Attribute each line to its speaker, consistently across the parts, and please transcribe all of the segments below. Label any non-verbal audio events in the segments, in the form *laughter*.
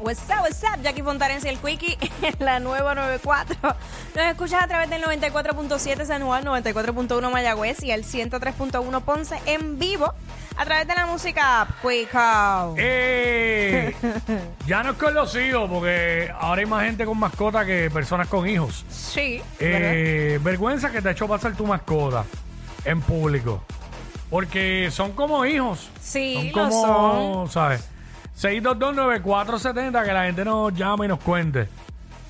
Speaker 1: What's up, what's up? Jackie Fontarense y el Quickie en la nueva 94. Nos escuchas a través del 94.7 San Juan, 94.1 Mayagüez y el 103.1 Ponce en vivo a través de la música app, Quicko. *laughs*
Speaker 2: ¡Eh! ya no es con los hijos, porque ahora hay más gente con mascota que personas con hijos.
Speaker 1: Sí, ¿verdad?
Speaker 2: Eh, vergüenza que te ha hecho pasar tu mascota en público. Porque son como hijos.
Speaker 1: Sí,
Speaker 2: son
Speaker 1: lo
Speaker 2: como, ¿sabes? 6229470, que la gente nos llame y nos cuente.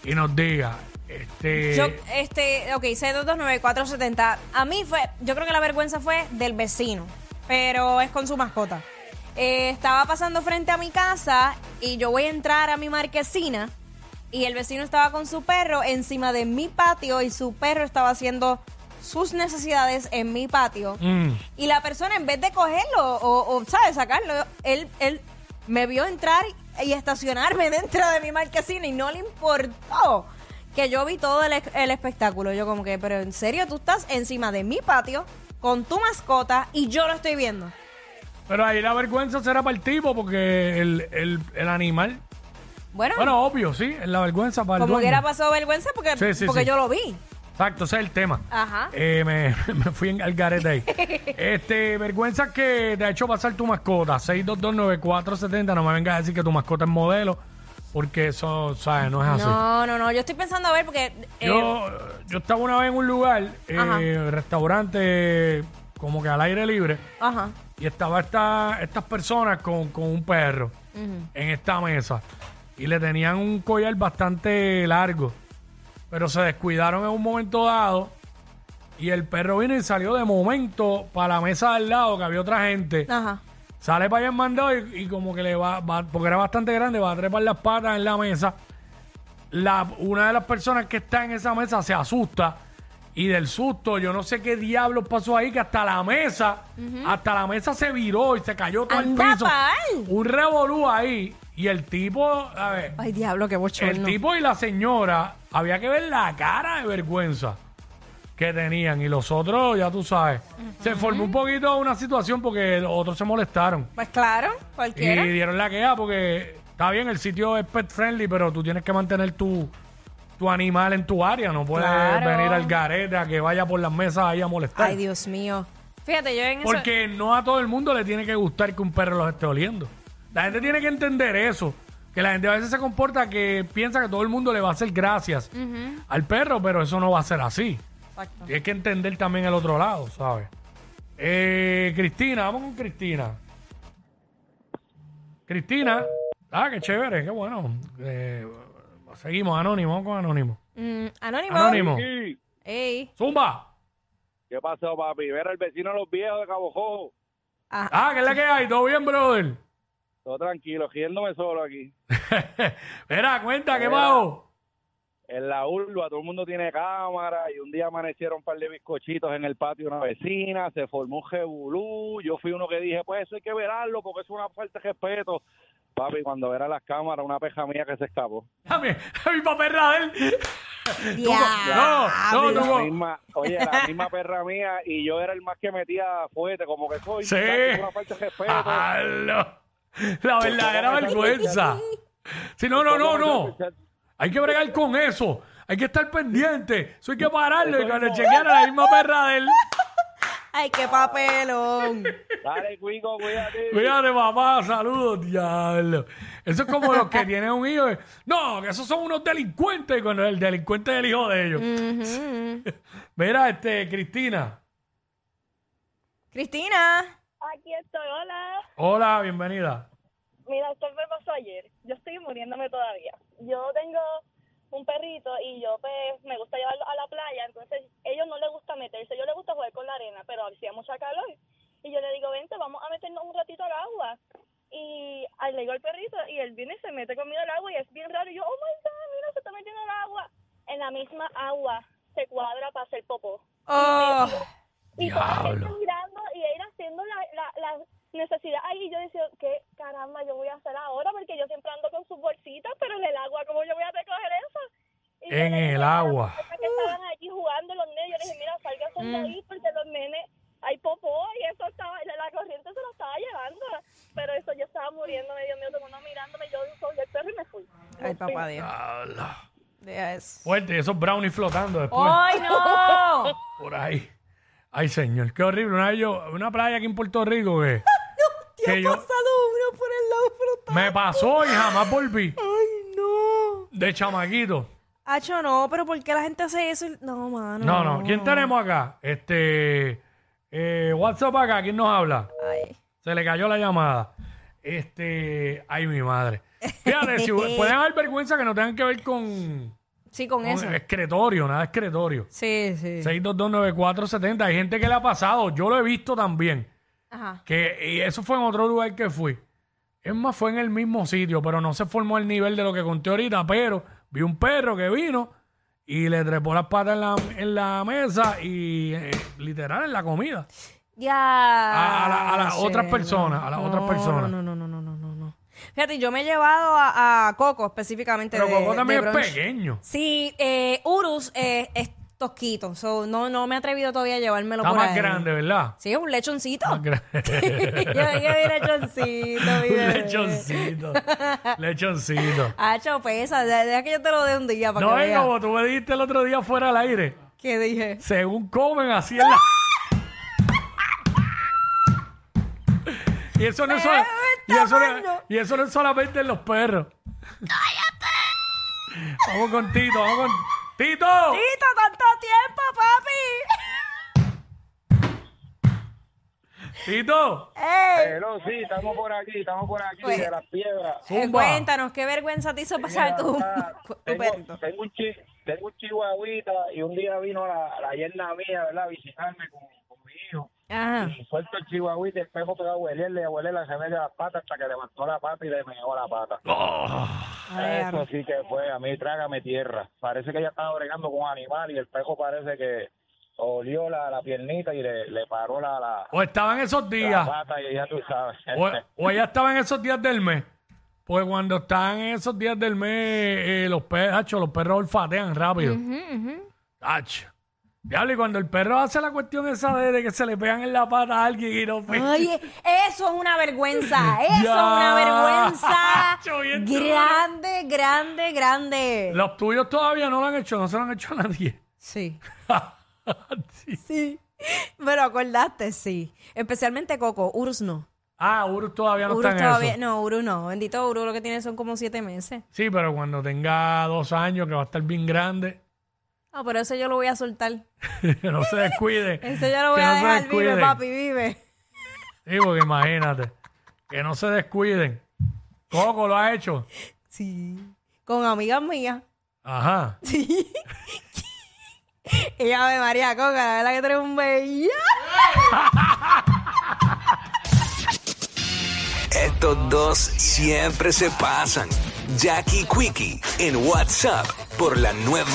Speaker 2: Y nos diga. Este,
Speaker 1: Yo, este, ok, 6229470. A mí fue, yo creo que la vergüenza fue del vecino, pero es con su mascota. Eh, estaba pasando frente a mi casa y yo voy a entrar a mi marquesina y el vecino estaba con su perro encima de mi patio y su perro estaba haciendo sus necesidades en mi patio.
Speaker 2: Mm.
Speaker 1: Y la persona, en vez de cogerlo o, o, ¿sabes? Sacarlo, él, él me vio entrar y estacionarme *laughs* dentro de mi marquesina y no le importó que yo vi todo el, el espectáculo. Yo como que, pero en serio, tú estás encima de mi patio con tu mascota y yo lo estoy viendo.
Speaker 2: Pero ahí la vergüenza será para el tipo, porque el, el, el animal.
Speaker 1: Bueno,
Speaker 2: Bueno, obvio, sí, la vergüenza para el
Speaker 1: como
Speaker 2: dueño.
Speaker 1: quiera pasó vergüenza porque,
Speaker 2: Sí, sí,
Speaker 1: porque
Speaker 2: sí.
Speaker 1: yo lo vi.
Speaker 2: Exacto, ese es el tema.
Speaker 1: Ajá.
Speaker 2: Eh, me, *laughs* me fui en, al
Speaker 1: *laughs*
Speaker 2: garete ahí. este, vergüenza que te ha hecho pasar tu mascota. 6229470. No me vengas a decir que tu mascota es modelo, porque eso, ¿sabes? No es así.
Speaker 1: No, no, no, yo estoy pensando a ver porque... eh,
Speaker 2: Ah, Yo, yo estaba una vez en un lugar,
Speaker 1: Ajá.
Speaker 2: eh, restaurante, como que al aire libre,
Speaker 1: Ajá.
Speaker 2: y estaba esta, estas personas con, con un perro en esta mesa. Y le tenían un collar bastante largo. Pero se descuidaron en un momento dado. Y el perro vino y salió de momento para la mesa del lado, que había otra gente.
Speaker 1: Ajá.
Speaker 2: Sale para allá en mandado y, y como que le va, va- porque era bastante grande, va a trepar las patas en la mesa. La, una de las personas que está en esa mesa se asusta y del susto, yo no sé qué diablos pasó ahí, que hasta la mesa, hasta la mesa se viró y se cayó todo
Speaker 1: Anda
Speaker 2: el piso.
Speaker 1: pa'l.
Speaker 2: Un revolú ahí y el tipo, a ver,
Speaker 1: Ay, diablo, qué bochorno.
Speaker 2: el tipo y la señora, había que ver la cara de vergüenza que tenían y los otros, ya tú sabes, se formó un poquito una situación porque los otros se molestaron.
Speaker 1: Pues claro, cualquiera.
Speaker 2: Y dieron la queja porque está bien, el sitio es pet friendly, pero tú tienes que mantener tu, tu animal en tu área. No puedes
Speaker 1: Claro.
Speaker 2: venir al garete a que vaya por las mesas ahí a molestar.
Speaker 1: Ay, Dios mío. Fíjate, yo en eso...
Speaker 2: porque no a todo el mundo le tiene que gustar que un perro los esté oliendo. La gente tiene que entender eso. Que la gente a veces se comporta que piensa que todo el mundo le va a hacer gracias al perro, pero eso no va a ser así.
Speaker 1: Exacto.
Speaker 2: Tienes que entender también el otro lado, ¿sabes? Eh, Cristina, vamos con Cristina. Cristina. Ah, qué chévere, qué bueno. Eh, seguimos, Anónimo, vamos con Anónimo.
Speaker 1: Mm, anónimo.
Speaker 2: Anónimo.
Speaker 3: Sí.
Speaker 1: Ey.
Speaker 2: Zumba.
Speaker 3: ¿Qué pasó, papi? Ver al vecino de los viejos de Cabojojo.
Speaker 1: Ah,
Speaker 2: Ah, ¿qué es la que hay? ¿Todo bien, brother? *laughs*
Speaker 3: Todo tranquilo, riéndome solo aquí.
Speaker 2: Mira, cuenta, ¿qué pago?
Speaker 3: En la urba todo el mundo tiene cámara y un día amanecieron un par de bizcochitos en el patio de una vecina, se formó un jebulú. Yo fui uno que dije, pues eso hay que verarlo porque es una falta de respeto. Papi, cuando verá las cámaras, una peja mía que se escapó.
Speaker 2: A mi, a *laughs* mi papel Radel.
Speaker 1: diablo.
Speaker 2: No, no,
Speaker 3: la
Speaker 2: no.
Speaker 3: misma, oye,
Speaker 2: *laughs*
Speaker 3: la misma perra mía y yo era el más que metía fuerte, como que soy
Speaker 2: Sí.
Speaker 3: es una falta de respeto.
Speaker 2: Jalo. La verdadera vergüenza. Sí, no, no, no, no. Hay que bregar con eso. Hay que estar pendiente. Eso hay que pararlo. Y cuando chequear a la misma perra de él.
Speaker 1: Ay, qué papelón.
Speaker 3: Dale, cuico, cuídate.
Speaker 2: Cuídate, papá. Saludos, diablo. Eso es como los que tienen un hijo. y, No, que esos son unos delincuentes. Y Cuando el delincuente es el hijo de ellos.
Speaker 1: Ujú.
Speaker 2: Mira, este, Cristina.
Speaker 1: Cristina.
Speaker 4: Aquí estoy, hola.
Speaker 2: Hola, bienvenida.
Speaker 4: Mira, esto me pasó ayer. Yo estoy muriéndome todavía. Yo tengo un perrito y yo pues me gusta llevarlo a la playa, entonces ellos no les gusta meterse, yo les gusta jugar con la arena, pero hacía mucha calor. Y yo le digo, vente, vamos a meternos un ratito al agua. y al llegó el perrito y él viene y se mete conmigo al agua y es bien raro. Y yo, oh my God, mira, se está metiendo al agua. En la misma agua se cuadra para hacer popó.
Speaker 1: Oh,
Speaker 4: Y toda la gente
Speaker 2: Diablo.
Speaker 4: mirando y él haciendo la, la, la necesidad ahí. Y yo decía, ¿qué caramba yo voy a hacer ahora? Porque yo siempre ando con sus bolsitas, pero en el agua, ¿cómo yo voy a recoger eso? Y yo
Speaker 2: En
Speaker 4: le dije
Speaker 2: el
Speaker 4: a las
Speaker 2: agua.
Speaker 4: muchachas que estaban allí jugando los nenes, yo le dije, mira, salgan de ahí porque los nenes hay popó y eso estaba, la la corriente se lo estaba llevando. Pero eso yo estaba muriendo, medio miedo, todo el mundo mirándome, yo soy el perro y me fui.
Speaker 1: ay, papá Dios.
Speaker 2: Diablo.
Speaker 1: Deja eso.
Speaker 2: Fuerte, esos brownies flotando después.
Speaker 1: ¡Ay, *laughs* no!
Speaker 2: Por ahí. Ay, señor, qué horrible. Una, vez yo, una playa aquí en Puerto Rico que
Speaker 1: Te
Speaker 2: Que
Speaker 1: ha
Speaker 2: yo-
Speaker 1: pasado uno por el lado frontal.
Speaker 2: me pasó y jamás volví.
Speaker 1: ¡Ay, no!
Speaker 2: De chamaquito.
Speaker 1: Hacho, no, pero ¿por qué la gente hace eso? No, mano.
Speaker 2: No, no. ¿Quién tenemos acá? Este. Eh, WhatsApp acá, ¿quién nos habla?
Speaker 1: Ay.
Speaker 2: Se le cayó la llamada. Este. Ay, mi madre. Fíjate, si pueden haber vergüenza que no tengan que ver con.
Speaker 1: Sí, con
Speaker 2: con
Speaker 1: eso.
Speaker 2: escritorio, nada de escritorio.
Speaker 1: Sí, sí.
Speaker 2: 6229470. Hay gente que le ha pasado. Yo lo he visto también.
Speaker 1: Ajá.
Speaker 2: Que, y eso fue en otro lugar que fui. Es más, fue en el mismo sitio, pero no se formó el nivel de lo que conté ahorita. Pero vi un perro que vino y le trepó las patas en la, en la mesa y eh, literal en la comida.
Speaker 1: Ya.
Speaker 2: A- a la- a las
Speaker 1: che,
Speaker 2: otras
Speaker 1: no.
Speaker 2: personas, a las
Speaker 1: No,
Speaker 2: otras personas.
Speaker 1: No, no, no, no, no, no, no. Fíjate, yo me he llevado a, a Coco específicamente.
Speaker 2: Pero
Speaker 1: de-
Speaker 2: Coco también
Speaker 1: de
Speaker 2: es
Speaker 1: brunch.
Speaker 2: pequeño.
Speaker 1: Sí, eh, Urus eh, es tosquito. So, no, no me he atrevido todavía a llevármelo
Speaker 2: Está
Speaker 1: por
Speaker 2: más
Speaker 1: ahí.
Speaker 2: grande, ¿verdad?
Speaker 1: Sí, es un lechoncito.
Speaker 2: Más grande.
Speaker 1: *laughs* yo dije, "Mi lechoncito, mi
Speaker 2: *laughs* Un
Speaker 1: bebé".
Speaker 2: lechoncito. Lechoncito.
Speaker 1: Hacho, pesa. pues, de- Deja que yo te lo dé un día *laughs* para
Speaker 2: No,
Speaker 1: que
Speaker 2: es
Speaker 1: veas.
Speaker 2: como tú me dijiste el otro día fuera al aire.
Speaker 1: ¿Qué dije?
Speaker 2: Según comen, así es la. Y eso, no es
Speaker 1: Se
Speaker 2: sola-
Speaker 1: ve
Speaker 2: y,
Speaker 1: el
Speaker 2: eso no,
Speaker 1: tamaño.
Speaker 2: y eso no es solamente en los perros. Vamos con Tito, vamos con Tito.
Speaker 1: ¡Tito, tanto tiempo, papi! *laughs*
Speaker 2: Tito,
Speaker 1: ¡Ey!
Speaker 3: Pero sí, estamos por aquí, estamos por aquí,
Speaker 1: Pues-
Speaker 3: de las piedras.
Speaker 1: Eh,
Speaker 2: zumba.
Speaker 1: cuéntanos, ¿qué vergüenza te hizo pasar tu,
Speaker 3: Ah,
Speaker 1: *laughs* tu
Speaker 3: tengo,
Speaker 1: perrito?
Speaker 3: tengo un chi, tengo un chihuahuita y un día vino la, la yerna mía, ¿verdad? A visitarme con, con mi hijo.
Speaker 1: Ajá.
Speaker 3: Y suelto el chihuahuita, el espejo pegado a huelearle y a huelearle se mete las patas hasta que levantó la pata y le meó la pata.
Speaker 2: Oh.
Speaker 1: Ay,
Speaker 3: Eso sí que fue, a mí trágame tierra. Parece que ella estaba bregando con animal y el espejo parece que olió la, la piernita y le, le paró la, la,
Speaker 2: O estaba en esos
Speaker 3: la
Speaker 2: días.
Speaker 3: pata y ya tú sabes.
Speaker 2: O, o ella estaba en esos días del mes. Pues cuando están en esos días del mes, eh, los perros, acho, los perros olfatean rápido. Acho. Diablo, y cuando el perro hace la cuestión esa de, de que se le pegan en la pata a alguien y no
Speaker 1: Oye, eso es una
Speaker 2: *laughs*
Speaker 1: vergüenza, eso es una
Speaker 2: Ya,
Speaker 1: vergüenza
Speaker 2: *laughs* yo bien
Speaker 1: grande, grande, grande.
Speaker 2: Los tuyos todavía no lo han hecho, no se lo han hecho a nadie.
Speaker 1: Sí,
Speaker 2: *laughs* Sí.
Speaker 1: sí. Me lo acordaste, sí. Especialmente Coco, Urus no.
Speaker 2: Ah, Urus todavía no
Speaker 1: Urus
Speaker 2: está en
Speaker 1: todavía,
Speaker 2: eso.
Speaker 1: no, Urus no. Bendito Urus, lo que tiene son como siete meses.
Speaker 2: Sí, pero cuando tenga dos años, que va a estar bien grande, *laughs*
Speaker 1: Ah, pero eso yo lo voy a soltar.
Speaker 2: que no se descuide.
Speaker 1: *laughs* Eso yo lo voy
Speaker 2: *laughs* que
Speaker 1: a
Speaker 2: no se
Speaker 1: dejar, vive,
Speaker 2: descuiden.
Speaker 1: papi, vive.
Speaker 2: Sí, porque imagínate, que no se descuiden. Coco lo ha hecho.
Speaker 1: Sí. Con amigas mías.
Speaker 2: Ajá.
Speaker 1: *laughs* Sí. Y ya ve María Coca, la verdad que tú eres un bello.
Speaker 5: Estos dos siempre se pasan. Jackie Quickie en WhatsApp por la nueva.